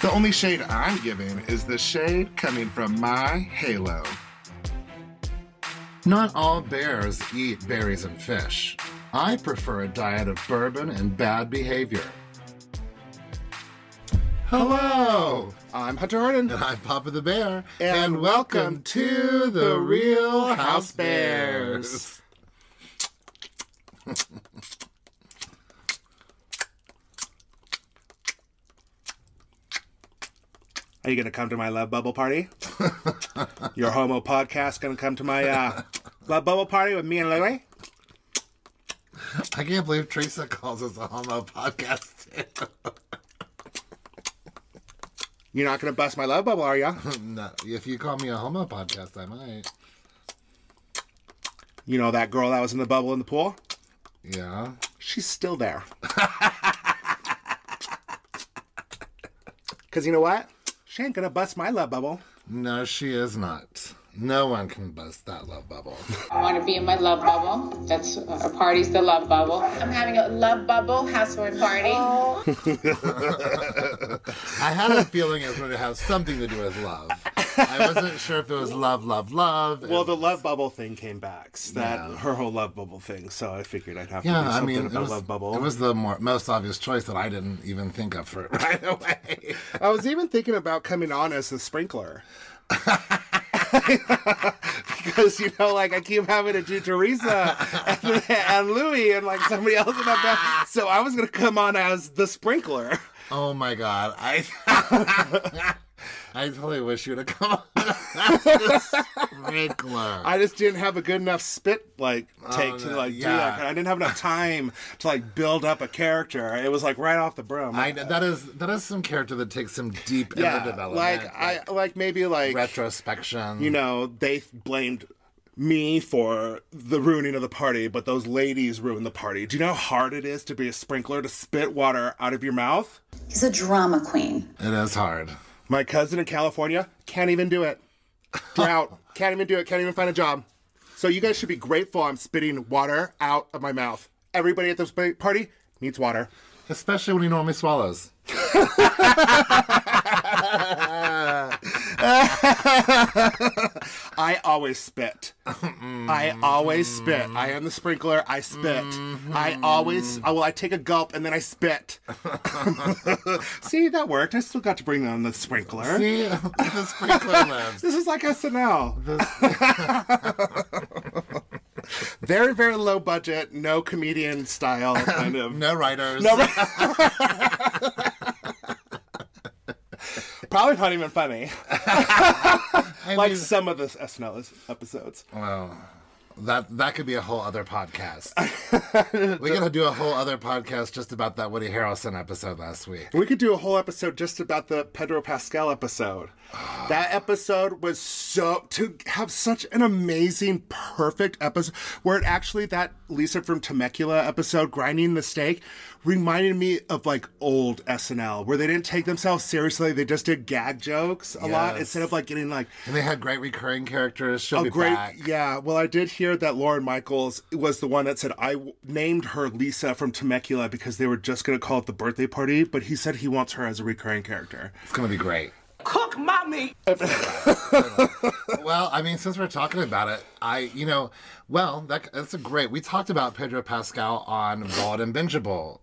The only shade I'm giving is the shade coming from my halo. Not all bears eat berries and fish. I prefer a diet of bourbon and bad behavior. Hello, I'm Hunter Arden. And I'm Papa the Bear. And welcome to the Real House Bears. Are you gonna come to my love bubble party? Your homo podcast gonna come to my uh, love bubble party with me and Louie? I can't believe Teresa calls us a homo podcast. You're not gonna bust my love bubble, are ya? no, if you call me a homo podcast, I might. You know that girl that was in the bubble in the pool? Yeah. She's still there. Cause you know what? She ain't gonna bust my love bubble. No, she is not. No one can bust that love bubble. I want to be in my love bubble. That's uh, a party's the love bubble. I'm having a love bubble housewarming party. I had a feeling it was going to have something to do with love. I wasn't sure if it was love, love, love. Well, and- the love bubble thing came back. s- That her whole love bubble thing. So I figured I'd have to do yeah, I something mean, it about was, love bubble. it was the more, most obvious choice that I didn't even think of for right away. I was even thinking about coming on as the sprinkler. because you know, like I keep having to do Teresa and, and Louie and like somebody else in that band. So I was gonna come on as the sprinkler. oh my god, I I totally wish you'd have come. Sprinkler. I just didn't have a good enough spit like take to Oh, no, like do yeah. that. kind- I didn't have enough time to like build up a character. It was like right off the brim. I know that is that is some character that takes some deep yeah, inner development, like I like maybe like retrospection. you know, they th- blamed me for the ruining of the party, but those ladies ruined the party. Do you know how hard it is to be a sprinkler to spit water out of your mouth? He's a drama queen. it is hard. My cousin in California can't even do it. Drought. can't even do it. Can't even find a job. So you guys should be grateful I'm spitting water out of my mouth. Everybody at this pa- party needs water. Especially when he normally swallows. I always spit. I always spit. I am the sprinkler. I spit. I always. Oh, well, I take a gulp and then I spit. See, that worked. I still got to bring on the sprinkler. See, the sprinkler lives. This is like SNL. very, very low budget, no comedian style kind of. No writers. No, Probably not even funny. I Like mean, some of the SNL is- episodes. that that could be a whole other podcast. we gotta do a whole other podcast just about that Woody Harrelson episode last week. We could do a whole episode just about the Pedro Pascal episode. that episode was so to have such an amazing, perfect episode where it actually that Lisa from Temecula episode, grinding the steak, reminded me of like old SNL where they didn't take themselves seriously. They just did gag jokes a lot Yes. instead of like getting like And they had great recurring characters. She'll a be great back. yeah. Well, I did hear that Lauren Michaels was the one that said I w- named her Lisa from Temecula because they were just gonna call it the birthday party, but he said he wants her as a recurring character. It's gonna be great. Cook mommy. Well, I mean, since we're talking about it, I, you know, well, that, that's a great. We talked about Pedro Pascal on Bald and Bingeable.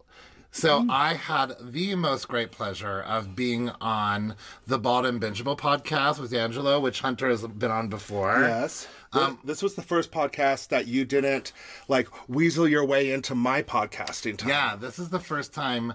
So I had the most great pleasure of being on the Bald and Bingeable podcast with Angelo, which Hunter has been on before. Yes. Um, this was the first podcast that you didn't like weasel your way into my podcasting time. Yeah, this is the first time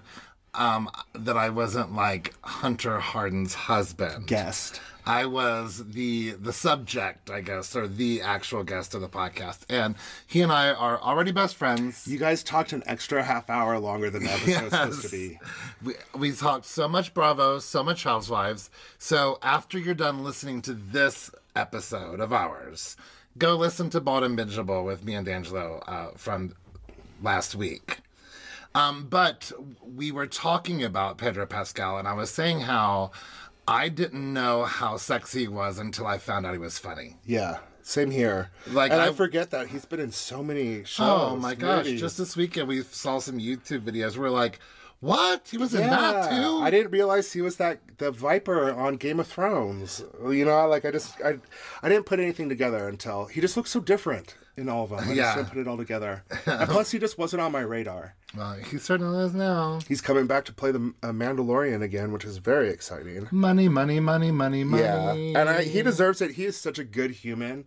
um, that I wasn't like Hunter Harden's husband. Guest. I was the the subject, I guess, or the actual guest of the podcast, and he and I are already best friends. You guys talked an extra half hour longer than the episode was supposed to be. We, we talked so much Bravo, so much Housewives. So after you're done listening to this episode of ours, go listen to Bald and Bingeable with me and Angelo uh, from last week. Um, but we were talking about Pedro Pascal, and I was saying how I didn't know how sexy he was until I found out he was funny. Yeah. Same here. Like, Like, and I, I- forget that he's been in so many shows. Oh my gosh! movies. Just this weekend, we saw some YouTube videos. We're like, "What? He was in yeah. that too?" I didn't realize he was that the Viper on Game of Thrones. You know, like I just I, I didn't put anything together until he just looks so different in all of them. I Yeah. just didn't put it all together. and plus, he just wasn't on my radar. Well, he certainly is now. He's coming back to play the uh, Mandalorian again, which is very exciting. Money, money, money, money, Yeah, money. and I, he deserves it. He is such a good human,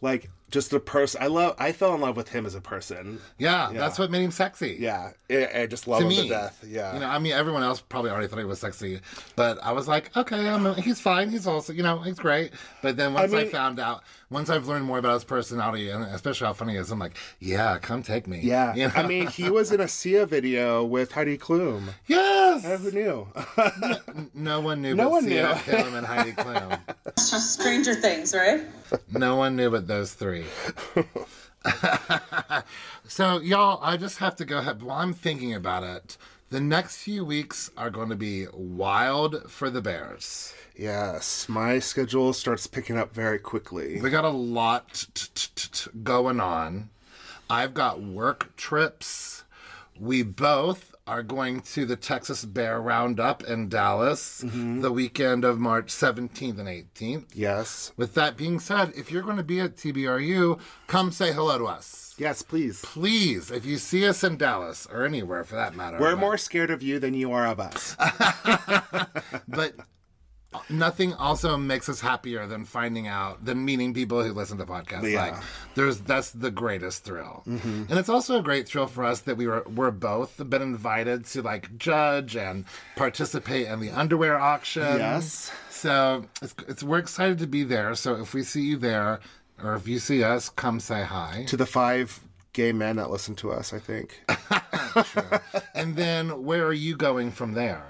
like just a person. I love. I fell in love with him as a person. Yeah, that's what made him sexy. Yeah, I, I just love To him me, to death. Yeah, You know, I mean, everyone else probably already thought he was sexy, but I was like, okay, I'm he's fine. He's also, you know, he's great. But then once I, mean- found out, once I've learned more about his personality and especially how funny he is, I'm like, yeah, come take me. yeah. You know? I mean, he was in a Sia video with Heidi Klum. Who yes. knew? No one knew. No but one Sia knew. Killam and Heidi Klum. It's just Stranger Things, right? No one knew but those three. so, y'all, I just have to go ahead. While I'm thinking about it, the next few weeks are going to be wild for the Bears. yes, my schedule starts picking up very quickly. We got a lot t- t- t- t- going on. I've got work trips. We both are going to the Texas Bear Roundup in Dallas the weekend of March 17th and 18th. Yes, With that being said, if you're going to be at TBRU, come say hello to us. yes, please. Please, if you see us in Dallas or anywhere for that matter, We're but- more scared of you than you are of us. But nothing also makes us happier than finding out than meeting people who listen to podcasts. Yeah. Mm-hmm. Like there's that's the greatest thrill, and it's also a great thrill for us that we were we're both been invited to like judge and participate in the underwear auction. Yes. So it's, it's we're excited to be there. So if we see you there. Or if you see us, come say hi. to the five gay men that listen to us, I think. And then where are you going from there?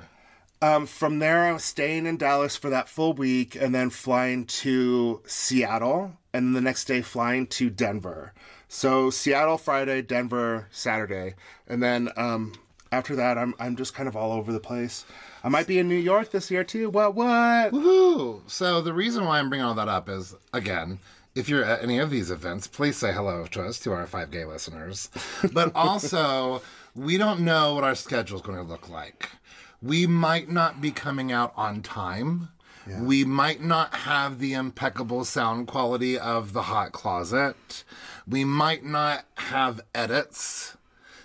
Um, from there, I was staying in Dallas for that full week and then flying to Seattle and then the next day flying to Denver. So Seattle Friday, Denver Saturday. And then um, after that, I'm, I'm just kind of all over the place. I might be in New York this year too. What, what? Woohoo! So the reason why I'm bringing all that up is again, if you're at any of these events, please say hello to us, to our five gay listeners. But also, we don't know what our schedule's going to look like. We might not be coming out on time. We might not have the impeccable sound quality of the hot closet. We might not have edits.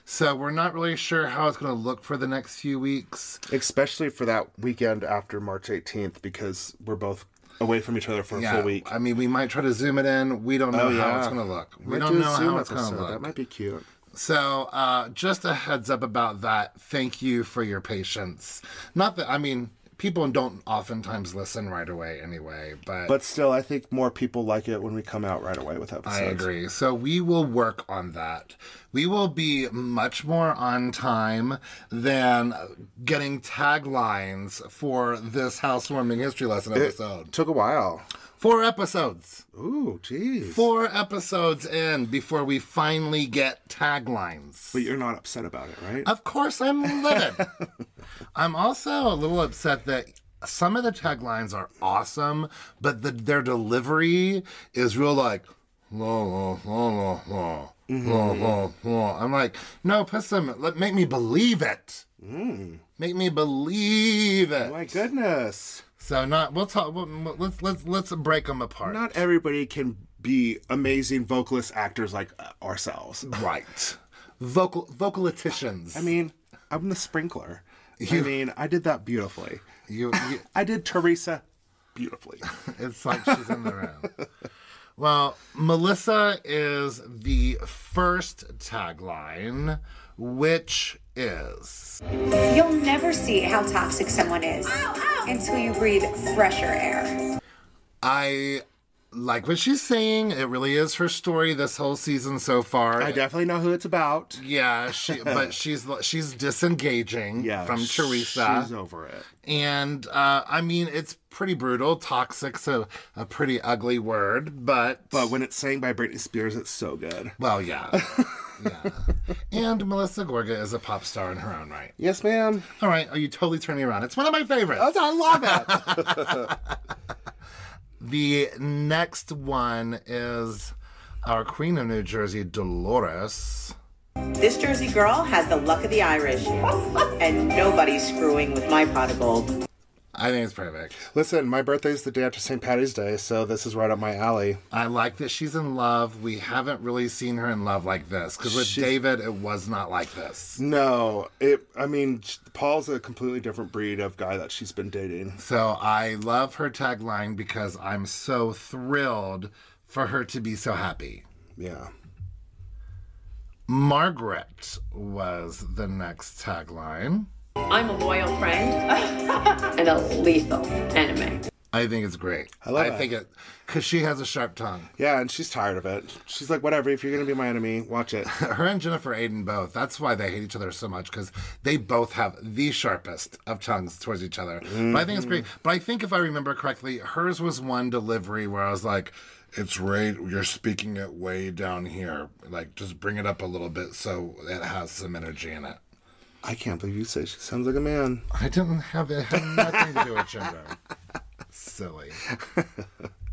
So we're not really sure how it's going to look for the next few weeks. Especially for that weekend after March 18th because we're both away from each other for a full week. Oh, I mean, we might try to zoom it in. We don't know how yeah. it's going to look. We Might don't do a know Zoom how it's going to episode. That look. might be cute. So, uh, just a heads up about that. Thank you for your patience. Not that I mean, people don't oftentimes listen right away, anyway. But, But still, I think more people like it when we come out right away with episodes. I agree. So we will work on that. We will be much more on time than getting taglines for this housewarming history lesson episode. Took a while. Four episodes. Ooh, jeez. four episodes in before we finally get taglines. But you're not upset about it, right? Of course, I'm livid. I'm also a little upset that some of the taglines are awesome, but the, their delivery is real like, la, la, la, la, la, la, Mm-hmm. la, la. I'm like, no, piss them. Let, make me believe it. Mm. Make me believe it. My goodness. So not. We'll talk. We'll, let's let's let's break them apart. Not everybody can be amazing vocalist actors like uh, ourselves. right. Vocal vocaliticians. I mean, I'm the sprinkler. I mean, I did that beautifully. You, you I did Teresa beautifully. it's like she's in the room. Well, Melissa is the first tagline, which is You'll never see how toxic someone is until you breathe fresher air. I like what she's saying. It really is her story this whole season so far. I definitely know who it's about. yeah, she but she's she's disengaging Yeah. from sh- Teresa. She's over it. and uh, I mean it's pretty brutal. Toxic's a, a pretty ugly word, but But when it's sang by Britney Spears, it's so good. well, yeah. yeah. And Melissa Gorga is a pop star in her own right. Yes, ma'am. All oh, right, are you totally turning around? It's one of my favorites. I love it. The next one is our queen of New Jersey, Dolores. This Jersey girl has the luck of the Irish, and nobody's screwing with my pot of gold. I think it's perfect. Listen, my birthday's the day after St. Patty's Day, so this is right up my alley. I like that she's in love. We haven't really seen her in love like this because with David, it was not like this. No, it. I mean, Paul's a completely different breed of guy that she's been dating. So I love her tagline because I'm so thrilled for her to be so happy. Yeah. Margaret was the next tagline. I'm a loyal friend and a lethal enemy. I think it's great. I love I that. think it because she has a sharp tongue. Yeah, and she's tired of it. She's like, whatever, if you're going to be my enemy, watch it. Her and Jennifer Aiden both. That's why they hate each other so much because they both have the sharpest of tongues towards each other. But I think it's great. But I think if I remember correctly, hers was one delivery where I was like, "It's right. You're speaking it way down here. Like, just bring it up a little bit so it has some energy in it." I can't believe you say she sounds like a man. I didn't have it had nothing to do with gender. Silly.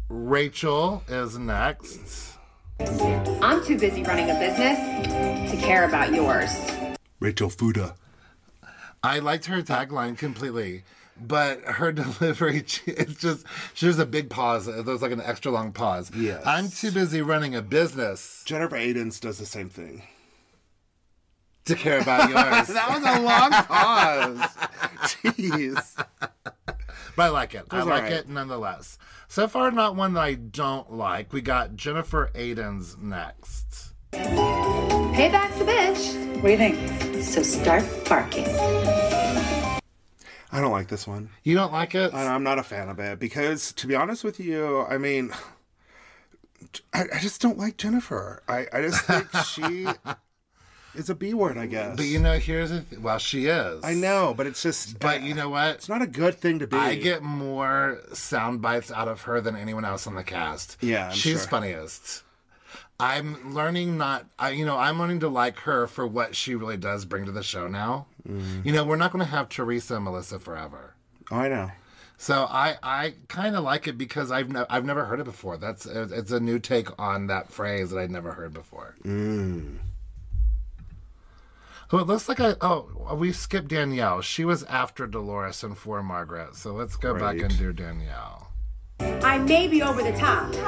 Rachel is next. I'm too busy running a business to care about yours. Rachel Fuda. I liked her tagline completely, but her delivery, she- it's just, she was a big pause. There's like an extra long pause. Yes. I'm too busy running a business Jennifer Aidens does the same thing. to care about yours. That was a long pause. Jeez. But I like it. I was like alright. it nonetheless. So far, not one that I don't like. We got Jennifer Aidens next. Payback's a bitch. What do you think? So start barking. I don't like this one. You don't like it? And I'm not a fan of it because, to be honest with you, I mean, I, I just don't like Jennifer. I, I just think she is a B word, I guess. But you know, here's the th- well, she is. I know, but it's just. But you know what? It's not a good thing to be. I get more sound bites out of her than anyone else on the cast. Yeah, I'm she's sure. funniest. I'm learning not, I, you know, I'm learning to like her for what she really does bring to the show now. Mm-hmm. You know, we're not going to have Teresa and Melissa forever. Oh, I know. So I, I kind of like it because I've no, I've never heard it before. That's it's a new take on that phrase that I'd never heard before. Mm. Oh, it looks like I oh we skipped Danielle. She was after Dolores and for Margaret. So let's go back and do Danielle. I may be over the top, but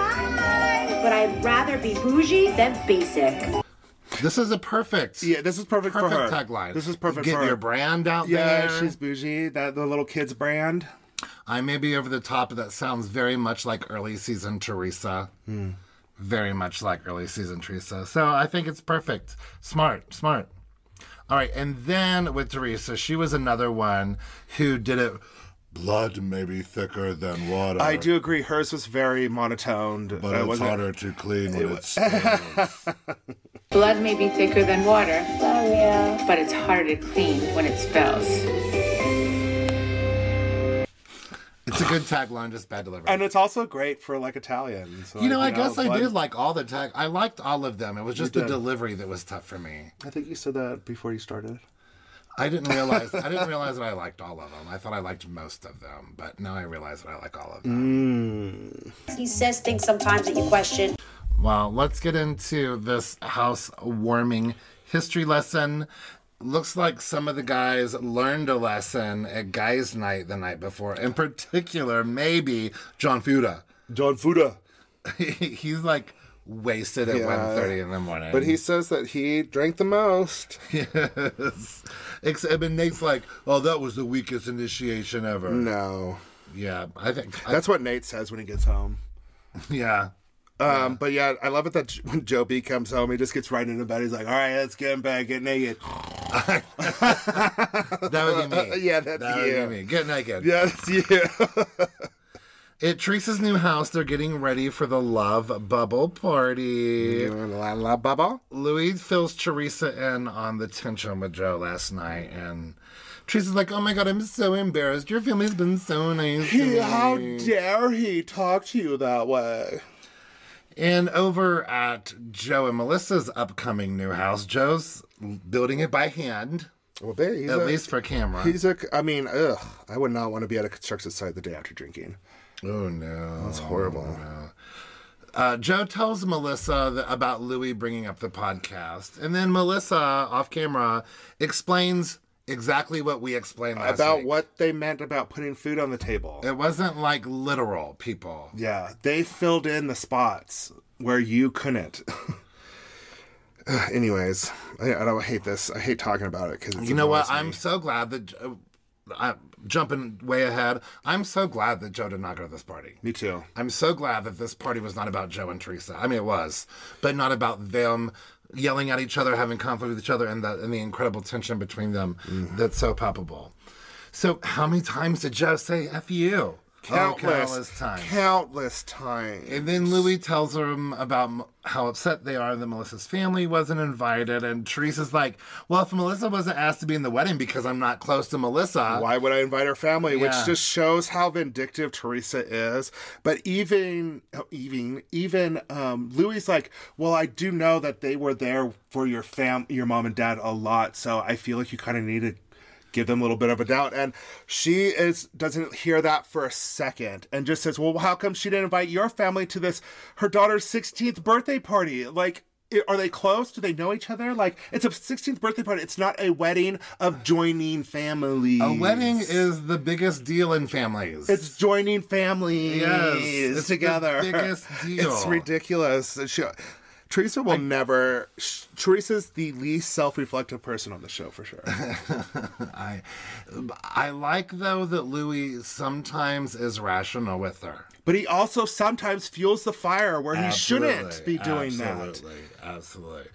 I'd rather be bougie than basic. This is a perfect Yeah, this is perfect, for her. perfect tagline. This is perfect Get for her. your brand out Yeah, there. she's bougie. That the little kid's brand. I may be over the top, but that sounds very much like early season Teresa. Very much like early season Teresa. So I think it's perfect. Smart, smart. All right, and then with Teresa, she was another one who did it. Blood may be thicker than water. I do agree. Hers was very monotoned. but Uh, it's wasn't- harder to clean when it's stains. Blood may be thicker than water, but it's harder to clean when it spills. It's a good tagline, just bad delivery. And it's also great for like Italians. you know, I guess I but- did like all the tag. I liked all of them. It was just the delivery that was tough for me. I think you said that before you started. I didn't realize I didn't realize that I liked all of them. I thought I liked most of them, but now I realize that I like all of them. He says things sometimes that you question. Well, let's get into this housewarming history lesson. Looks like some of the guys learned a lesson at guys' night the night before. In particular, maybe John Fuda. John Fuda. He's like wasted at Yeah. 1.30 in the morning. But he says that he drank the most. yes. Except and Nate's like, oh, that was the weakest initiation ever. Mm. No. Yeah, I think. I- That's what Nate says when he gets home. yeah. Um, But yeah, I love it that J- when Joe B comes home, he just gets right into bed. He's like, all right, let's get in bed, get naked. That would be me. Uh, Yeah, that's that you. would be me. Get naked. Yeah, that's you. At Teresa's new house, they're getting ready for the love bubble party. la la baba. Louis fills Teresa in on the tension with Joe last night, and Teresa's like, "Oh my god, I'm so embarrassed. Your family's been so nice to me." How dare he talk to you that way? And over at Joe and Melissa's upcoming new house, Joe's building it by hand, Well, babe, he's at a, least for camera. He's a. I mean, ugh. I would not want to be at a construction site the day after drinking. Oh no, It's horrible. Uh, Joe tells Melissa that, about Louis bringing up the podcast, and then Melissa, off camera, explains exactly what we explained last about week. what they meant about putting food on the table. It wasn't like literal people. Yeah, they filled in the spots where you couldn't. Anyways, I, I don't hate this. I hate talking about it because You know what? I'm so glad that. Uh, I'm jumping way ahead. I'm so glad that Joe did not go to this party. Me too. I'm so glad that this party was not about Joe and Teresa. I mean, it was, but not about them yelling at each other, having conflict with each other, and the, and the incredible tension between them that's so palpable. So, how many times did Joe say F you? countless, oh, countless times. Countless times. and then Louis tells them about m- how upset they are that Melissa's family wasn't invited. And Teresa's like, Well, if Melissa wasn't asked to be in the wedding because I'm not close to Melissa, Why would I invite her family? Yeah. Which just shows how vindictive Teresa is. But even oh, even even um, Louis like, well, I do know that they were there for your fam, your mom and dad a lot, so I feel like you kind of need to give them a little bit of a doubt. And she is doesn't hear that for a second, and just says, well, how come she didn't invite your family to this her daughter's sixteenth birthday party? Like. i- Are they close? Do they know each other? Like, it's a 16th birthday party. It's not a wedding of joining families. A wedding is the biggest deal in families. It's joining families Yes, it's the together. biggest deal. It's ridiculous. She, Teresa will never. Sh- Teresa's the least self-reflective person on the show for sure. I, I like though that Louis sometimes is rational with her. but he also sometimes fuels the fire where he shouldn't be doing that. absolutely, Absolutely.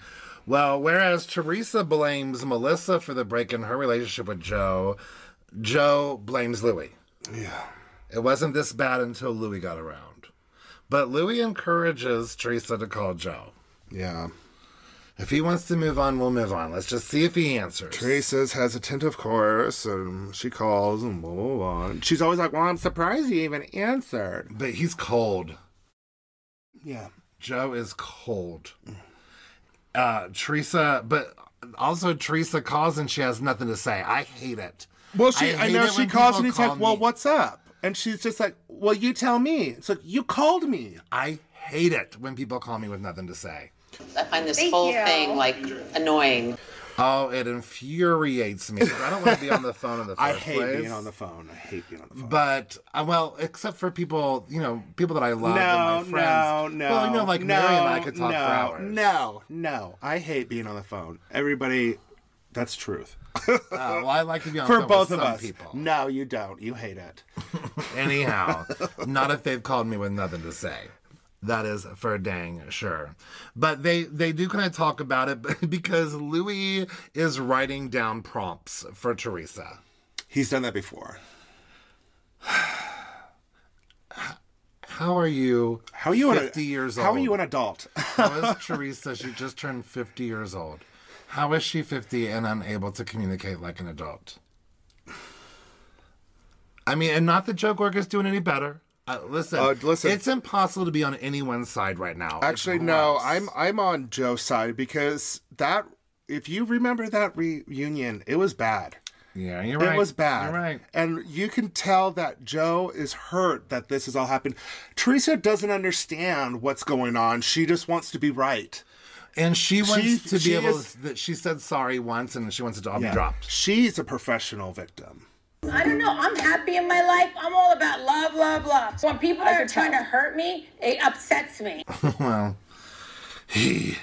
Well, whereas Teresa blames Melissa for the break in her relationship with Joe, Joe blames Louis. Yeah. It wasn't this bad until Louis got around. But Louis encourages Teresa to call Joe. Yeah. If he wants to move on, we'll move on. Let's just see if he answers. Teresa's hesitant, of course, and she calls and blah, blah, blah. And She's always like, "Well, I'm surprised you even answered." But he's cold. Yeah. Joe is cold. Uh, Teresa, but also Teresa calls and she has nothing to say. I hate it. Well, she I, hate know it she when calls people and he's call like, "Well, me. what's up?" And she's just like, "Well, you tell me." It's like, "You called me." I hate it when people call me with nothing to say. I find this Thank whole you. thing like annoying. Oh, it infuriates me. 'cause I don't want to be on the phone in the first I hate place. being on the phone. I hate being on the phone. But uh, well, except for people, you know, people that I love no, and my friends. no, no. Well, you know, like no, Mary and I could talk no, for hours. No, no. I hate being on the phone. Everybody, that's truth. Uh, well, I like to be on the For phone both with of some us. people. No, you don't. You hate it. Anyhow, not if they've called me with nothing to say. That is for dang sure. But they they do kind of talk about it because Louis is writing down prompts for Teresa. He's done that before. How are you? How are you? an- 50 years How old? are you an adult? How is Teresa? She just turned 50 years old. How is she 50 and unable to communicate like an adult? I mean, and not that Joe Gorg is doing any better. Uh, listen, Uh, listen. it's impossible to be on anyone's side right now. It's Actually, no. gross. I'm I'm on Joe's side because that. If you remember that reunion, it was bad. Yeah, you're right. It was bad. You're right. And you can tell that Joe is hurt that this has all happened. Teresa doesn't understand what's going on. She just wants to be right. And she wants She- to be she able is- to, that she said sorry once and she wants it to all be dropped. She's a professional victim. I don't know. I'm happy in my life. I'm all about love, love, love. So when people are trying to hurt me, it upsets me. well, he,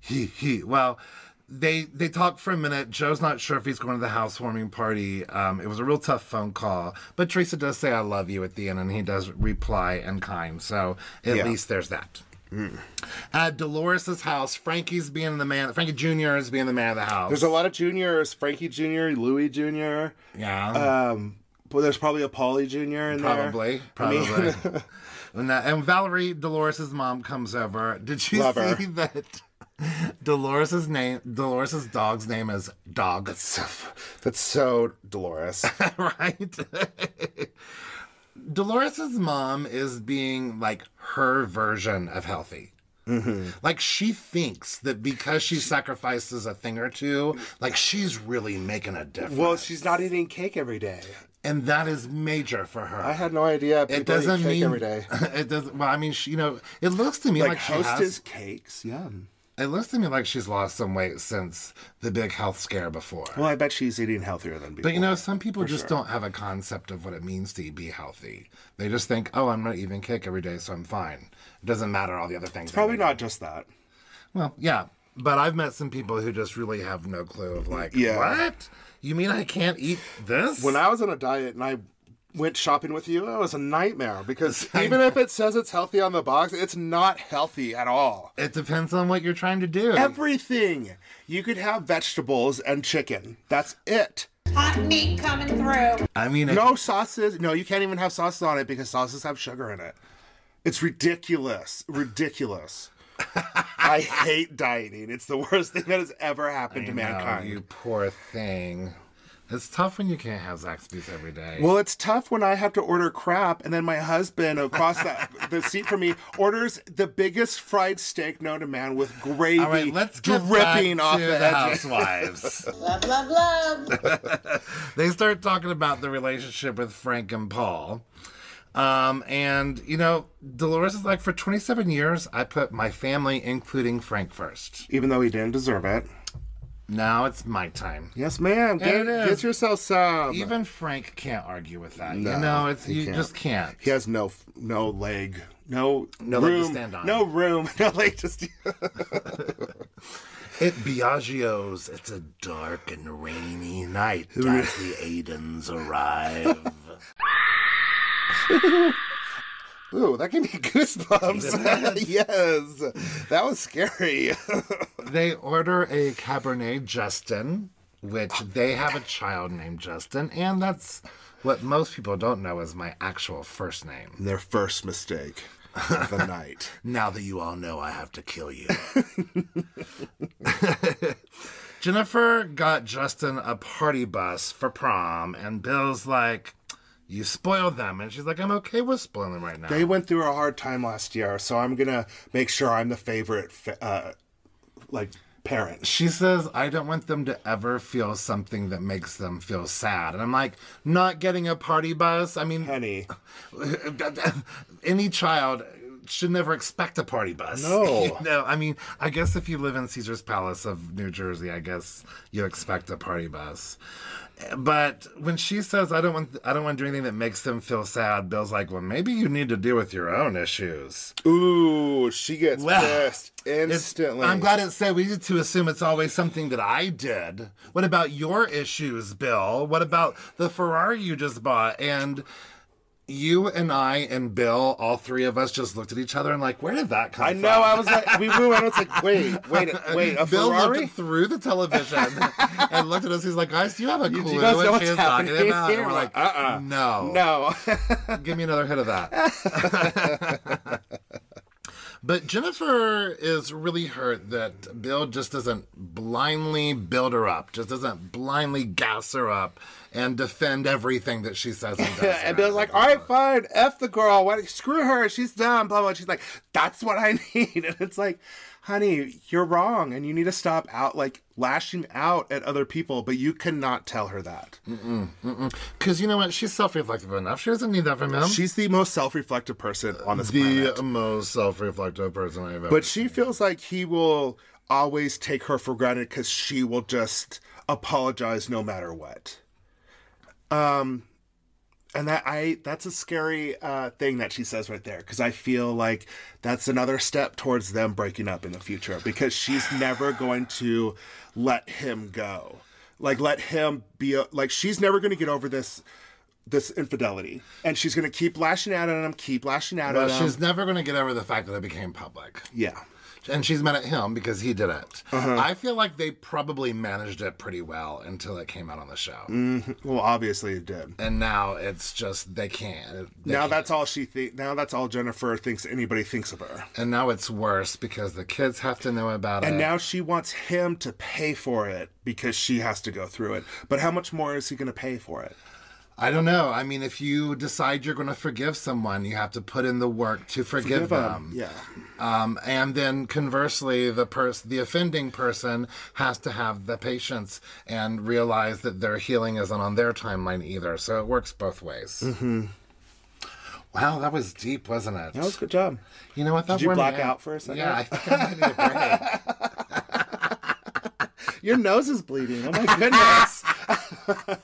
he, he. Well, they they talk for a minute. Joe's not sure if he's going to the housewarming party. Um, it was a real tough phone call, but Teresa does say "I love you" at the end, and he does reply in kind. So at least there's that. Mm. At Dolores's house, Frankie's being the man. Frankie Junior is being the man of the house. There's a lot of juniors: Frankie Junior, Louis Junior. yeah. Um, but there's probably a Polly Junior in Probably, there. probably. I mean, and, that- and Valerie Dolores's mom comes over. Did you Love her. see that? Dolores's name, Dolores's dog's name is Dog, That's so Dolores. right? Dolores's mom is being like her version of healthy. Mm-hmm. Like she thinks that because she sacrifices a thing or two, like she's really making a difference. Well, she's not eating cake every day. and that is major for her. I had no idea. it people eat doesn't cake mean every day. It doesn't. Well, I mean, she, you know, it looks to me like, Like, she hostess has. cakes, yum. It looks to me like she's lost some weight since the big health scare before. Well, I bet she's eating healthier than before. But you know, some people just don't have a concept of what it means to be healthy. They just think, "Oh, I'm not eating cake every day, so I'm fine. It doesn't matter all the other things." probably not just that. Well, yeah, but I've met some people who just really have no clue of like, Yeah. what? You mean I can't eat this? When I was on a diet and I went shopping with you, it was a nightmare because even if it says it's healthy on the box, it's not healthy at all. it depends on what you're trying to do. Everything. You could have vegetables and chicken. That's it. Hot meat coming through. I mean, No sauces. No, you can't even have sauces on it because sauces have sugar in it. It's ridiculous. Ridiculous. I hate dieting. It's the worst thing that has ever happened to you know, mankind. you poor thing. It's tough when you can't have Zaxby's every day. Well, it's tough when I have to order crap and then my husband across the, the seat from me orders the biggest fried steak known to man with gravy all right, let's get dripping back off to the, the edges. housewives. Love, love, love. they start talking about the relationship with Frank and Paul. Um, and, you know, Dolores is like, for 27 years, I put my family, including Frank, first. Even though he didn't deserve it. Now it's my time. Yes, ma'am. Get, It is. get yourself some. Even Frank can't argue with that. you know, it's he you can't. just can't. He has no f- no leg, no No leg room, to stand on. no room, no leg to stand. It Biagio's. It's a dark and rainy night as the Aidens arrive. Ooh, that gave me goosebumps. yes, that was scary. they order a Cabernet Justin, which they have a child named Justin, and that's what most people don't know is my actual first name. Their first mistake of the night. Now that you all know, I have to kill you. Jennifer got Justin a party bus for prom, and Bill's like, You spoiled them. And she's like, I'm okay with spoiling them right now. They went through a hard time last year, so I'm gonna make sure I'm the favorite, fa- uh, like parent. she says, I don't want them to ever feel something that makes them feel sad. And I'm like, Not getting a party bus? I mean, Penny, any child should never expect a party bus. No. You know, I mean, I guess if you live in Caesar's Palace of New Jersey, I guess you expect a party bus. But when she says, "I don't want, I don't want to do anything that makes them feel sad," Bill's like, "Well, maybe you need to deal with your own issues." ooh, she gets Well, pissed It's- instantly. I'm glad it said we need to assume it's always something that I did. What about your issues, Bill? What about the Ferrari you just bought? And you and I and Bill, all three of us, just looked at each other and like, where did that come I from? know. I was like, we were. I was like, wait, wait, wait. A Bill Ferrari. looked through the television and looked at us. He's like, guys, you have a clue you guys know what what's she's talking happening about? And here? we're like, Uh-uh. no. no. Give me another hit of that. but Jennifer is really hurt that Bill just doesn't blindly build her up, just doesn't blindly gas her up and defend everything that she says and does. and Bill's like, all right, fine, F the girl. What, screw her. She's dumb, blah, blah. She's like, that's what I need. And it's like, honey, you're wrong. And you need to stop out, like, lashing out at other people. But you cannot tell her that. Because you know what? She's self reflective enough. She doesn't need that from him. She's the most self reflective person on this the planet. most self reflective person I've ever But she feels like he will always take her for granted because she will just apologize no matter what. Um, and that I that's a scary uh, thing that she says right there because I feel like that's another step towards them breaking up in the future because she's never going to let him go, like let him be a, like she's never going to get over this this infidelity and she's going to keep lashing out at him, keep lashing out But at him. she's never going to get over the fact that it became public. yeah. and she's mad at him because he did it. I feel like they probably managed it pretty well until it came out on the show, Well, obviously it did. and now it's just they can't. They now can't. that's all she think. Now that's all Jennifer thinks anybody thinks of her. and now it's worse because the kids have to know about And it. now she wants him to pay for it because she has to go through it. But how much more is he going to pay for it? I don't know. I mean, if you decide you're going to forgive someone, you have to put in the work to forgive, Forgive 'em, them. um, yeah. Um, and then conversely, the pers- the offending person has to have the patience and realize that their healing isn't on their timeline either. So it works both ways. Mm-hmm. Wow, that was deep, wasn't it? That was a good job. You know what? That Did you wore me black out for a second? Yeah, I think I needed a break. Your nose is bleeding. Oh my goodness.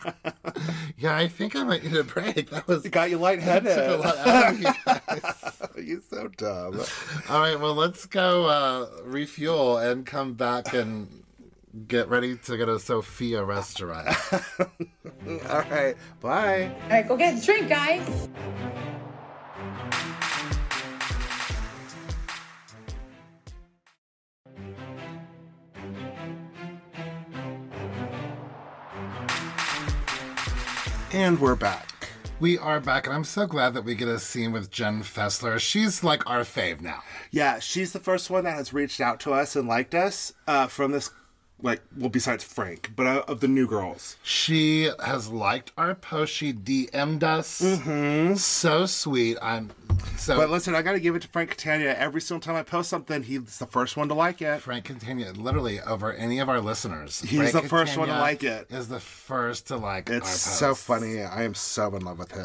Yeah, I think I might need a break. That was you got you that took a lightheaded. lot out of me. You're so dumb. All right, well, let's go uh, refuel and come back and get ready to go to Sophia restaurant. All right. Bye. All right, go get a drink, guys. And we're back. we are back, and I'm so glad that we get a scene with Jen Fessler. She's like our fave now. Yeah, she's the first one that has reached out to us and liked us uh, from this, like, well, besides Frank, but uh, of the new girls. She has liked our post. She DM'd us. Mm-hmm. So sweet. I'm so. But listen, I got to give it to Frank Catania. Every single time I post something, he's the first one to like it. Frank Catania, literally over any of our listeners. He's Frank the first one to Catania like it. Is the first to like our It's so posts. funny. I am so in love with him.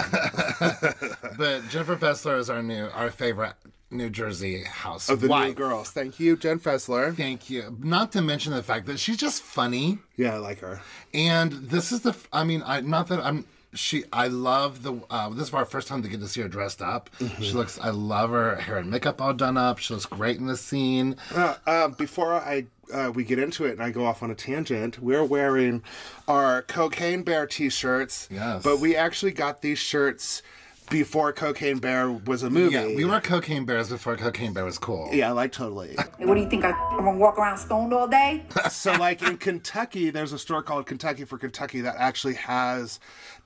But Jennifer Fessler is our new, our favorite New Jersey housewife. of the new girls. Thank you, Jen Fessler. Thank you. Not to mention the fact that she's just funny, Yeah, I like her. and this is the. f- I mean, I not that I'm. She, I love the. Uh, this is our first time to get to see her dressed up. Mm-hmm. She looks. I love her hair and makeup all done up. She looks great in the scene. Uh, uh, before I uh, we get into it and I go off on a tangent, we're wearing our Cocaine Bear T-shirts. Yes. But we actually got these shirts before Cocaine Bear was a movie. Yeah, we were cocaine bears before cocaine bear was cool. Yeah, like totally. Hey, what do you think? I, I'm gonna walk around stoned all day? so, like in Kentucky, there's a store called Kentucky for Kentucky that actually has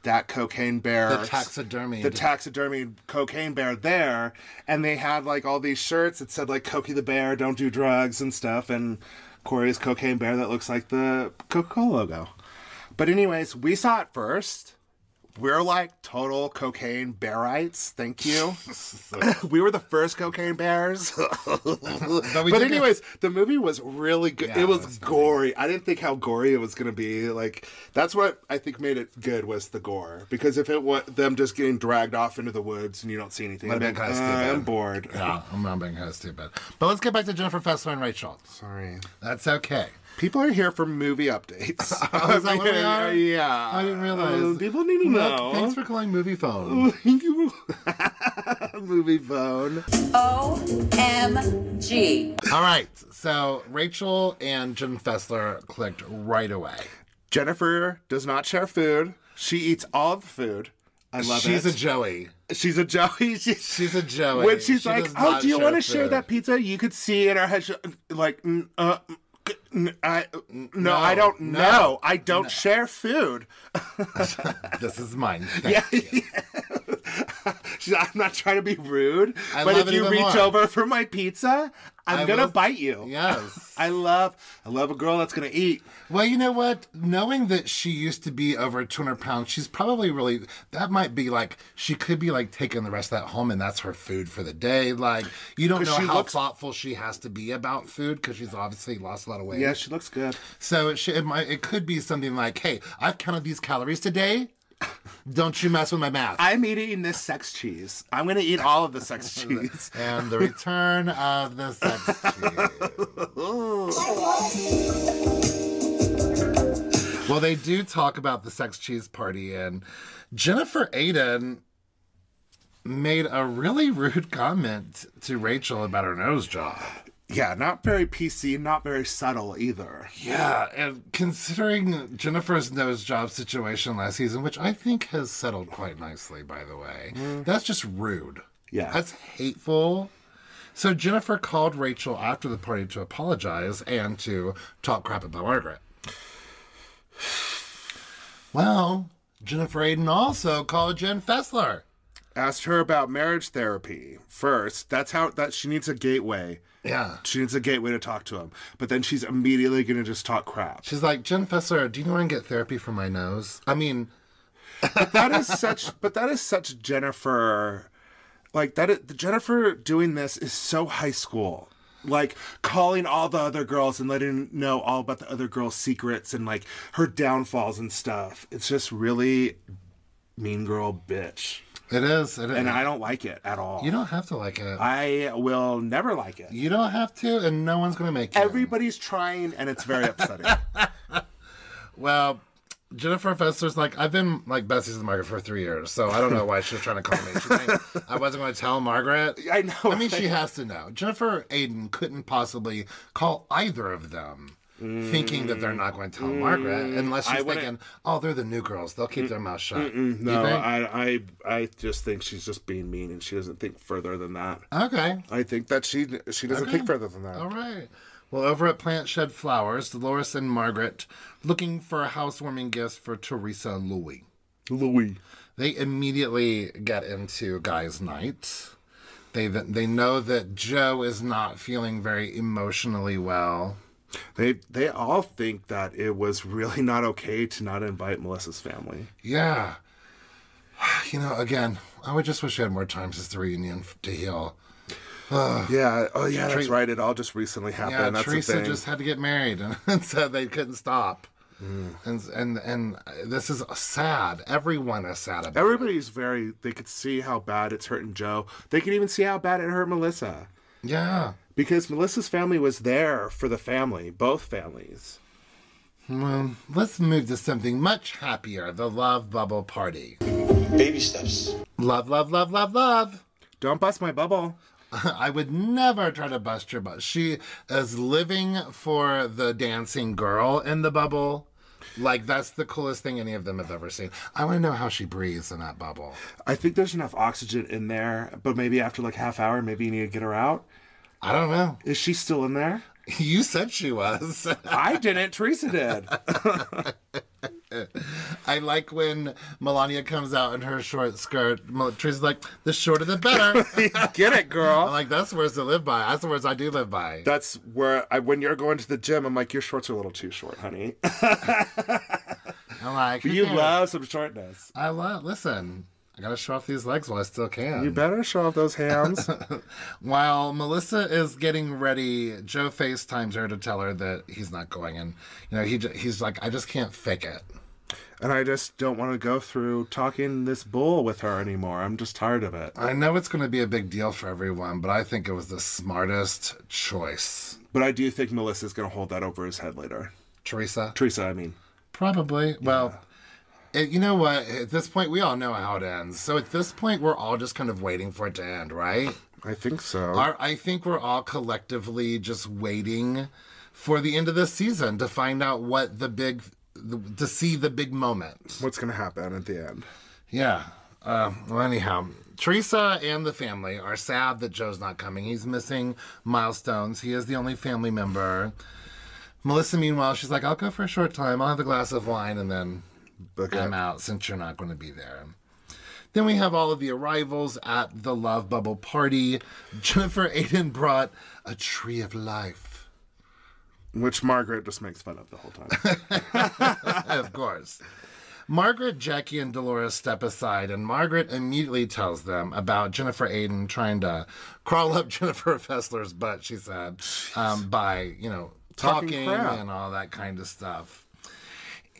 that cocaine bear, The taxidermy. the taxidermy cocaine bear there, and they had like all these shirts that said like "Cokie the Bear, don't do drugs" and stuff, and Corey's cocaine bear that looks like the Coca-Cola logo. But anyways, we saw it first. We're like total cocaine bearites. Thank you. we were the first cocaine bears. But we but did get- anyways, the movie was really good. Yeah, it was, it was gory. I didn't think how gory it was going to be. Like that's what I think made it good was the gore. Because if it was them just getting dragged off into the woods and you don't see anything, Would've I'd be been like, kinda "Uh, stupid." I'm bored. Yeah, I'm not being kind of stupid. But let's get back to Jennifer Fessler and Rachel. Sorry. That's okay. People are here for movie updates. Oh, is that what we are? Yeah. I didn't realize. Uh, people need to Look, know. Thanks for calling Movie Phone. Thank you. movie phone. OMG. All right. So Rachel and Jen Fessler clicked right away. Jennifer does not share food. She eats all the food. I love She's it. a Joey. she's a Joey. She's, She's a Joey. when she's She like, does "Oh, not do you want to food." share that pizza?" You could see in her head, she- like, "Mm, uh, mm, n- I no, no, I don't no, know. I don't share food. This is mine. Yeah. She's, I'm not trying to be rude, I but love if it you even reach more. over for my pizza, I'm I gonna will- bite you. Yes. I love, I love a girl that's gonna eat. Well, you know what? Knowing that she used to be over 200 pounds, she's probably really, that might be like, she could be like taking the rest of that home and that's her food for the day. Like, you don't 'Cause know she how looks- thoughtful she has to be about food because she's obviously lost a lot of weight. Yeah, she looks good. So it, sh- it might, it could be something like, "Hey, I've counted these calories today. Don't you mess with my math." I'm eating this sex cheese. I'm gonna eat all of the sex cheese. and the return of the sex cheese. well, they do talk about the sex cheese party, and Jennifer Aiden made a really rude comment to Rachel about her nose job. Yeah, not very PC, not very subtle either. Yeah, and considering Jennifer's nose job situation last season, which I think has settled quite nicely, by the way, that's just rude. Mm. Yeah. That's hateful. So Jennifer called Rachel after the party to apologize and to talk crap about Margaret. Well, Jennifer Aiden also called Jen Fessler. asked her about marriage therapy first. That's how that she needs a gateway. Yeah. She needs a gateway to talk to him. But then she's immediately gonna just talk crap. She's like, Jen Fessler, do you know where I can get therapy for my nose? I mean, But that is such. But that is such Jennifer. Like that. Is, the Jennifer doing this is so high school. Like calling all the other girls and letting know all about the other girls' secrets and like her downfalls and stuff. It's just really mean girl bitch. It is. It is. And I don't like it at all. You don't have to like it. I will never like it. You don't have to, and no one's going to make you. Everybody's trying, and it's very upsetting. well, Jennifer Fester's like, I've been like Bessie's with Margaret for three years, so I don't know why she was trying to call me. She's like, I wasn't going to tell Margaret. I know, I mean, she right? has to know. Jennifer Aiden couldn't possibly call either of them. Thinking that they're not going to tell Margaret, unless she's Mm. wouldn't- thinking, "Oh, they're the new girls; they'll keep their mouth shut." You no, think? I, I I just think she's just being mean, and she doesn't think further than that. okay. I think that she she doesn't think further than that. All right. Well, over at Plant Shed Flowers, Dolores and Margaret looking for housewarming gifts for Teresa and Louie. Louis. They immediately get into guys' night. They they know that Joe is not feeling very emotionally well. They they all think that it was really not okay to not invite Melissa's family. Yeah. You know, again, I would just wish we had more time since the reunion f- to heal. Yeah. Oh yeah, Tre- that's right. It all just recently happened. Yeah, that's the Teresa thing. just had to get married, and, so they couldn't stop. Hmm. And and and this is sad. Everyone is sad about. Everybody's very. They could see how bad it's hurting Joe. They could even see how bad it hurt Melissa. it. Yeah. Because Melissa's family was there for the family, both families. Well, let's move to something much happier the Love Bubble Party. Baby steps. Love, love, love, love, love. Don't bust my bubble. I would never try to bust your butt. She is living for the dancing girl in the bubble. Like, that's the coolest thing any of them have ever seen. I want to know how she breathes in that bubble. I think there's enough oxygen in there, but maybe after like half hour, maybe you need to get her out. I don't know. Is she still in there? You said she was. I didn't. Teresa did. I like when Melania comes out in her short skirt. Mel- Teresa's like, the shorter the better. Get it, I'm girl. like, that's the words to live by. That's the words I do live by. That's where I when you're going to the gym, I'm like, your shorts are a little too short, honey. I'm like, you "Yeah." love some shortness. I love. Listen, I gotta show off these legs while I still can. You better show off those hams. While Melissa is getting ready, Joe FaceTimes her to tell her that he's not going, and you know he j- he's like, I just can't fake it. and I just don't want to go through talking this bull with her anymore. I'm just tired of it. I know it's going to be a big deal for everyone, but I think it was the smartest choice. But I do think Melissa's going to hold that over his head later. Teresa, Teresa, I mean. probably. Well, it, you know what? At this point, we all know how it ends. So at this point, we're all just kind of waiting for it to end, right? I think so. Our, I think we're all collectively just waiting for the end of this season to find out what the big, the, to see the big moment. What's going to happen at the end? Yeah. Uh, well, anyhow, Teresa and the family are sad that Joe's not coming. He's missing milestones. He is the only family member. Melissa, meanwhile, she's like, I'll go for a short time. I'll have a glass of wine and then Book I'm it. out since you're not going to be there. Then we have all of the arrivals at the Love Bubble party. Jennifer Aiden brought a tree of life, Which Margaret just makes fun of the whole time. of course. Margaret, Jackie, and Dolores step aside, and Margaret immediately tells them about Jennifer Aiden trying to crawl up Jennifer Fessler's butt, she said, um, by, you know, Talking talking crap. and all that kind of stuff.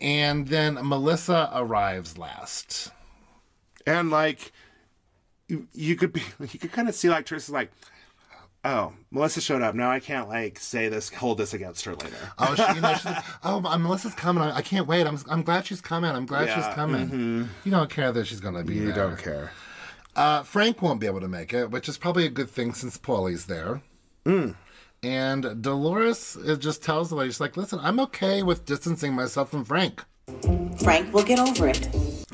And then Melissa arrives last. and like, you, you could be, you could kind of see like Teresa's like, oh, Melissa showed up. Now I can't like say this, hold this against her later. Oh, she, you know, she's like, oh, my- Melissa's coming. I, I can't wait. I'm, I'm glad she's coming. I'm glad she's Yeah, mm-hmm. coming. You don't care that she's going to be You there. don't care. Uh, Frank won't be able to make it, which is probably a good thing since Paulie's there. Mm. And Dolores uh, just tells the lady, she's like, listen, I'm okay with distancing myself from Frank. Frank will get over it.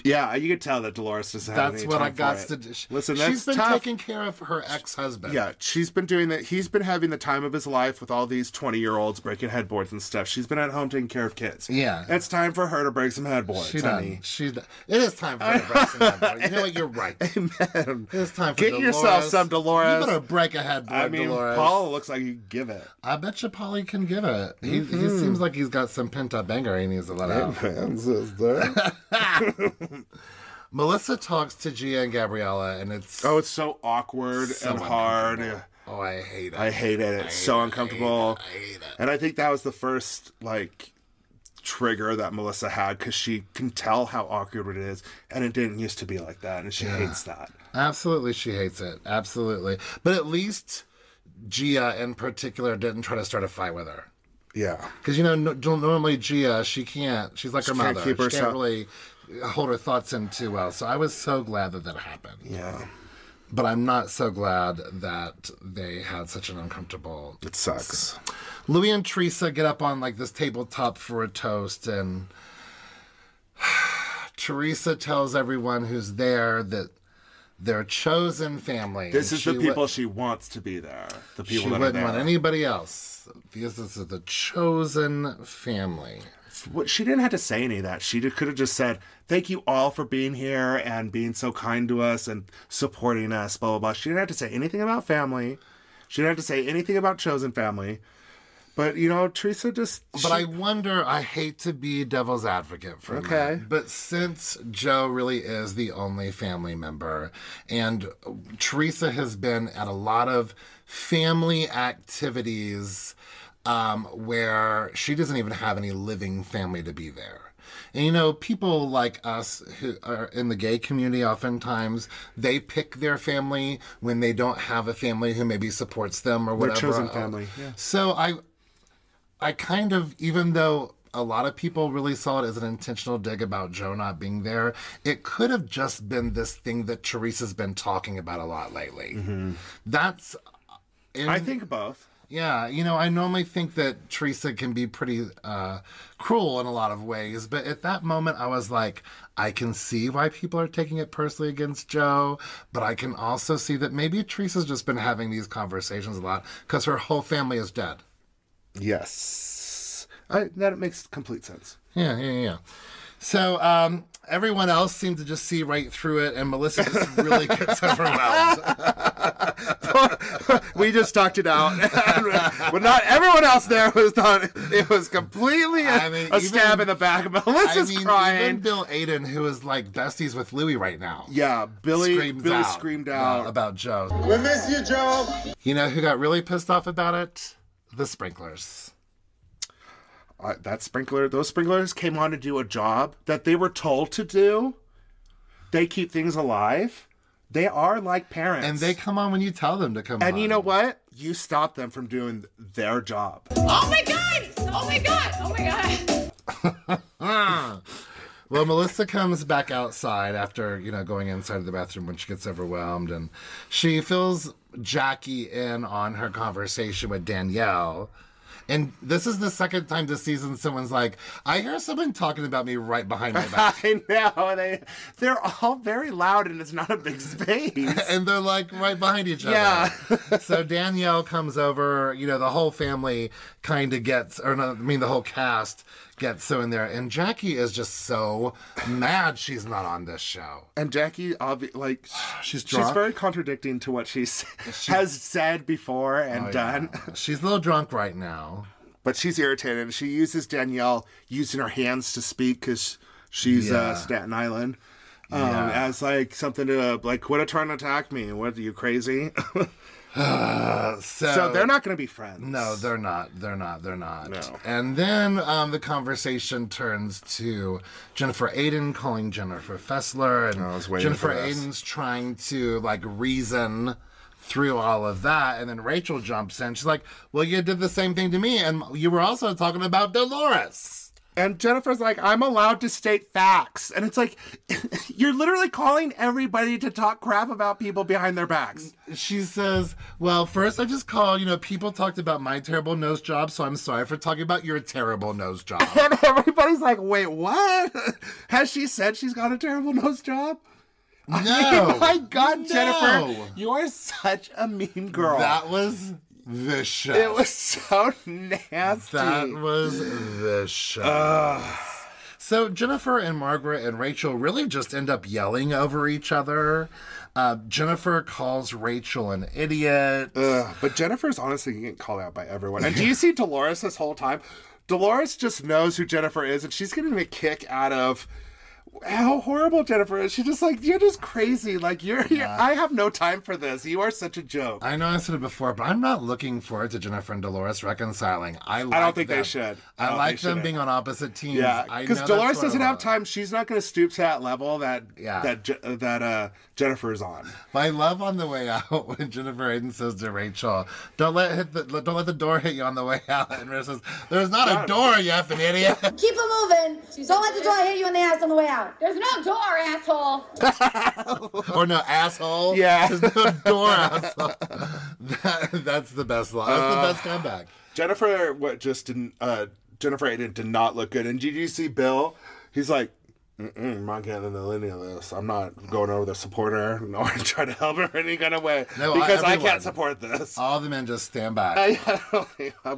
Yeah, you could tell that Dolores doesn't have That's any what time I for got it. to do. She- Listen, that's she's been tough. taking care of her ex husband. Yeah, she's been doing that. He's been having the time of his life with all these 20 year olds breaking headboards and stuff. She's been at home taking care of kids. Yeah. It's time for her to break some headboards, She honey. done. She done. It is time for her to break some headboard. You know what? You're right. Amen. It's time for Get Dolores. yourself some Dolores. You better break a headboard, I mean, Dolores. Paul looks like you give it. I bet you Polly can give it. Mm-hmm. Oh. He, he seems like he's got some pent up anger he needs to let out. Amen, sister. Melissa talks to Gia and Gabriella, and it's Oh, it's so awkward and hard. Oh, I hate it. I hate it. It's so uncomfortable. And I think that was the first like trigger that Melissa had because she can tell how awkward it is, and it didn't used to be like that, and she hates that. Absolutely, she hates it. Absolutely. But at least Gia, in particular, didn't try to start a fight with her. Yeah. Because you know, no, normally Gia, she can't. She's like her can't mother. keep she herself- can't really hold her thoughts in too well. So I was so glad that that happened. Yeah. But I'm not so glad that they had such an uncomfortable. It sucks. Louis and Teresa get up on like this tabletop for a toast, and Teresa tells everyone who's there that their chosen family. This and is the she li- people she wants to be there. The people she that wouldn't are want there. anybody else. This is the chosen family. What, she didn't have to say any of that. She could have just said, "Thank you all for being here and being so kind to us and supporting us." Blah blah blah. She didn't have to say anything about family. She didn't have to say anything about chosen family. But you know, Teresa just. But she- I wonder, I hate to be devil's advocate for okay. Okay. but since Joe really is the only family member, and Teresa has been at a lot of family activities um, where she doesn't even have any living family to be there. And you know, people like us who are in the gay community, oftentimes they pick their family when they don't have a family who maybe supports them or whatever. uh, chosen family, yeah. So I, I kind of, even though a lot of people really saw it as an intentional dig about Joe not being there, it could have just been this thing that Teresa's been talking about a lot lately. That's. Mm-hmm. I think both. Yeah, you know, I normally think that Teresa can be pretty uh, cruel in a lot of ways, but at that moment, I was like, I can see why people are taking it personally against Joe, but I can also see that maybe Teresa's just been having these conversations a lot because her whole family is dead. Yes. I, that makes complete sense. Yeah, yeah, yeah. So um, everyone else seemed to just see right through it, and Melissa just really gets overwhelmed. we just talked it out. but not everyone else there was not. It was completely a, I mean, a even- stab in the back. Melissa's I mean, crying. even Bill Aiden, who is like besties with Louis right now, yeah, Billy. screams Billy out screamed about- out. about Joe. We miss you, Joe. You know who got really pissed off about it? The sprinklers. uh, that sprinkler those sprinklers came on to do a job that they were told to do they keep things alive they are like parents And they come on when you tell them to come on. and you know what you stop them from doing their job Oh my god! Oh my god! Oh my god! Ah. Well, Melissa comes back outside after, you know, going inside of the bathroom when she gets overwhelmed and she fills Jackie in on her conversation with Danielle. And this is the second time this season someone's like, I hear someone talking about me right behind my back. i know they they're all very loud and it's not a big space and they're like right behind each other. Yeah. so Danielle comes over. You know, the whole family kind of gets, or no, I mean, the whole cast gets so in there. And Jackie is just so mad she's not on this show. and jackie obvi- like She's she's drunk. very contradicting to what she's has said before Oh, and done She's a little drunk right now. but she's irritated and she uses danielle using her hands to speak because she's Yeah. uh, staten island um, as like something to like quit trying to attack me what are you crazy So, so they're not going to be friends No, they're not. They're not. They're not. No. And then um, the conversation turns to Jennifer Aiden calling Jennifer Fessler, and I was waiting Jennifer for this. Aiden's trying to like reason through all of that, and then Rachel jumps in. She's like, "Well, you did the same thing to me, and you were also talking about Dolores." and jennifer's like i'm allowed to state facts and it's like you're literally calling everybody to talk crap about people behind their backs She says, "Well, first I just call. You know, people talked about my terrible nose job, so I'm sorry for talking about your terrible nose job." and everybody's like wait what has she said she's got a terrible nose job Oh No, my god No. jennifer you are such a mean girl That was the show. It was so nasty. that was the show. So Jennifer and Margaret and Rachel really just end up yelling over each other. Uh, Jennifer calls Rachel an idiot. Ugh, but Jennifer's honestly getting called out by everyone. And do you see Dolores this whole time? Dolores just knows who Jennifer is, and she's getting a kick out of how horrible Jennifer is. She's just like, you're just crazy. Like, you're, you're I have no time for this. You are such a joke. I know I said it before, but I'm not looking forward to Jennifer and Dolores reconciling. I, like think they them. should. I I, don't like think they them should. being on opposite teams. Yeah, I know because that's Dolores what I doesn't have want. time. She's not going to stoop to that level that Yeah. that Je- uh, that uh, Jennifer's on. My love on the way out when Jennifer Aiden says to Rachel, "Don't let hit the, don't let the door hit you on the way out." And Rachel says, "There's not a door, you effing idiot." Keep it moving. Don't let the door hit you in the ass on the way out. There's no door, asshole. or no, asshole. Yeah. there's no door, asshole. That, that's the best line. That's the Uh, best comeback. Jennifer what just didn't uh Jennifer Aiden did not look good. And did you see Bill? He's like, Mm-mm, I'm not getting into any of this. I'm not going over to support her nor try to help her in any kind of way No, I- because I, everyone. can't support this. All the men just stand back.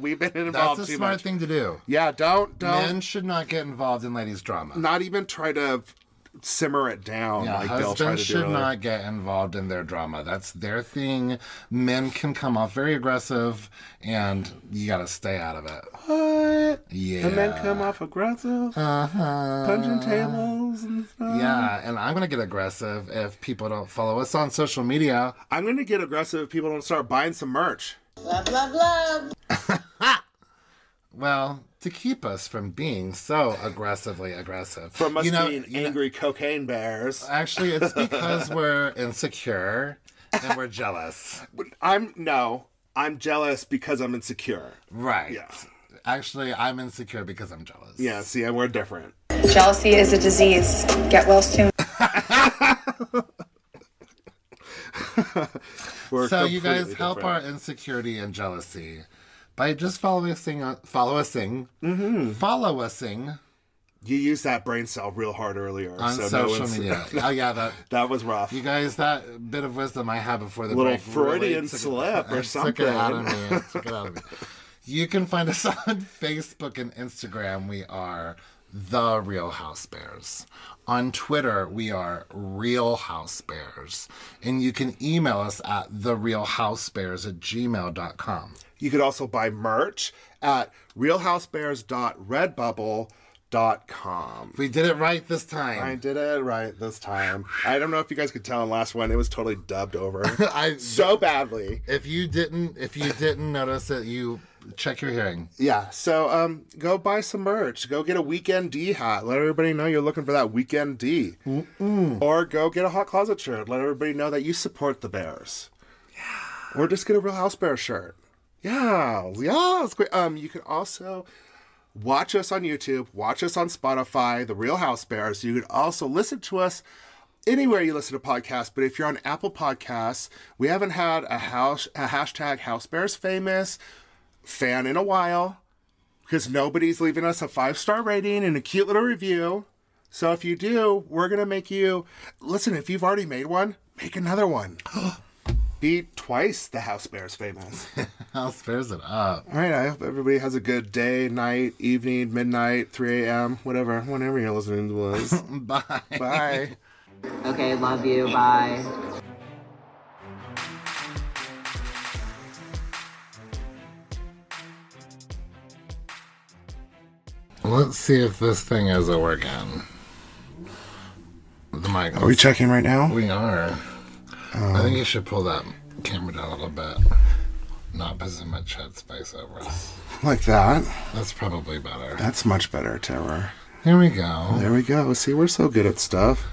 We've been that's involved a too smart much. thing to do. Yeah, don't don't Men should not get involved in ladies' drama. not even try to simmer it down Yeah, like Bill tried husbands to do. should earlier. not get involved in their drama. That's their thing. Men can come off very aggressive, and you got to stay out of it. What? Yeah. And then come off aggressive, Uh-huh. punching tables and stuff. Yeah, and I'm gonna get aggressive if people don't follow us on social media. I'm gonna get aggressive if people don't start buying some merch. Love, love, love. Well, to keep us from being so aggressively aggressive. From us you know, being angry cocaine bears. actually, it's because we're insecure and we're jealous. I'm no, I'm jealous because I'm insecure. Right. Yeah. Actually, I'm insecure because I'm jealous. Yeah, see, and we're different. Jealousy is a disease. Get well soon. We're so you guys completely help different. our insecurity and jealousy by just following us, on- follow us, mm-hmm. follow using You used that brain cell real hard earlier, on so no social one's- media. oh yeah, that that was rough. You guys, that bit of wisdom I had before the Little break Freudian took it- slip or Took it out of something. me. It took it out of me. You can find us on Facebook and Instagram. We are the Real House Bears. On Twitter, we are Real House Bears. And you can email us at therealhousebears at gmail.com. You could also buy merch at realhousebears.redbubble.com. We did it right this time. I did it right this time. I don't know if you guys could tell in last one, it was totally dubbed over I- so badly. if you didn't if you didn't notice it, you check your hearing. Yeah, so um, go buy some merch. Go get a Weekend D hat. Let everybody know you're looking for that Weekend D. Or go get a Hot Closet shirt. Let everybody know that you support the Bears. Yeah. Or just get a Real House Bear shirt. Yeah, yeah. It's great. Um, you can also watch us on YouTube. Watch us on Spotify, The Real House Bears. You can also listen to us anywhere you listen to podcasts, but if you're on Apple Podcasts, we haven't had a house a hashtag House Bears Famous fan in a while because nobody's leaving us a five star rating and a cute little review. So if you do, we're gonna make you listen. If you've already made one, make another one. Be twice the House Bears famous. How spares it up. All right, I hope everybody has a good day, night, evening, midnight, 3 a.m., whatever, whenever you're listening to us. Bye. Bye. Okay, love you. Bye. Let's see if this thing is a working. The mic. Are we checking right now? We are. I think you should pull that camera down a little bit. Not put much headspace over us. Like that. That's probably better. That's much better, Terror. Here we go. There we go. See, we're so good at stuff.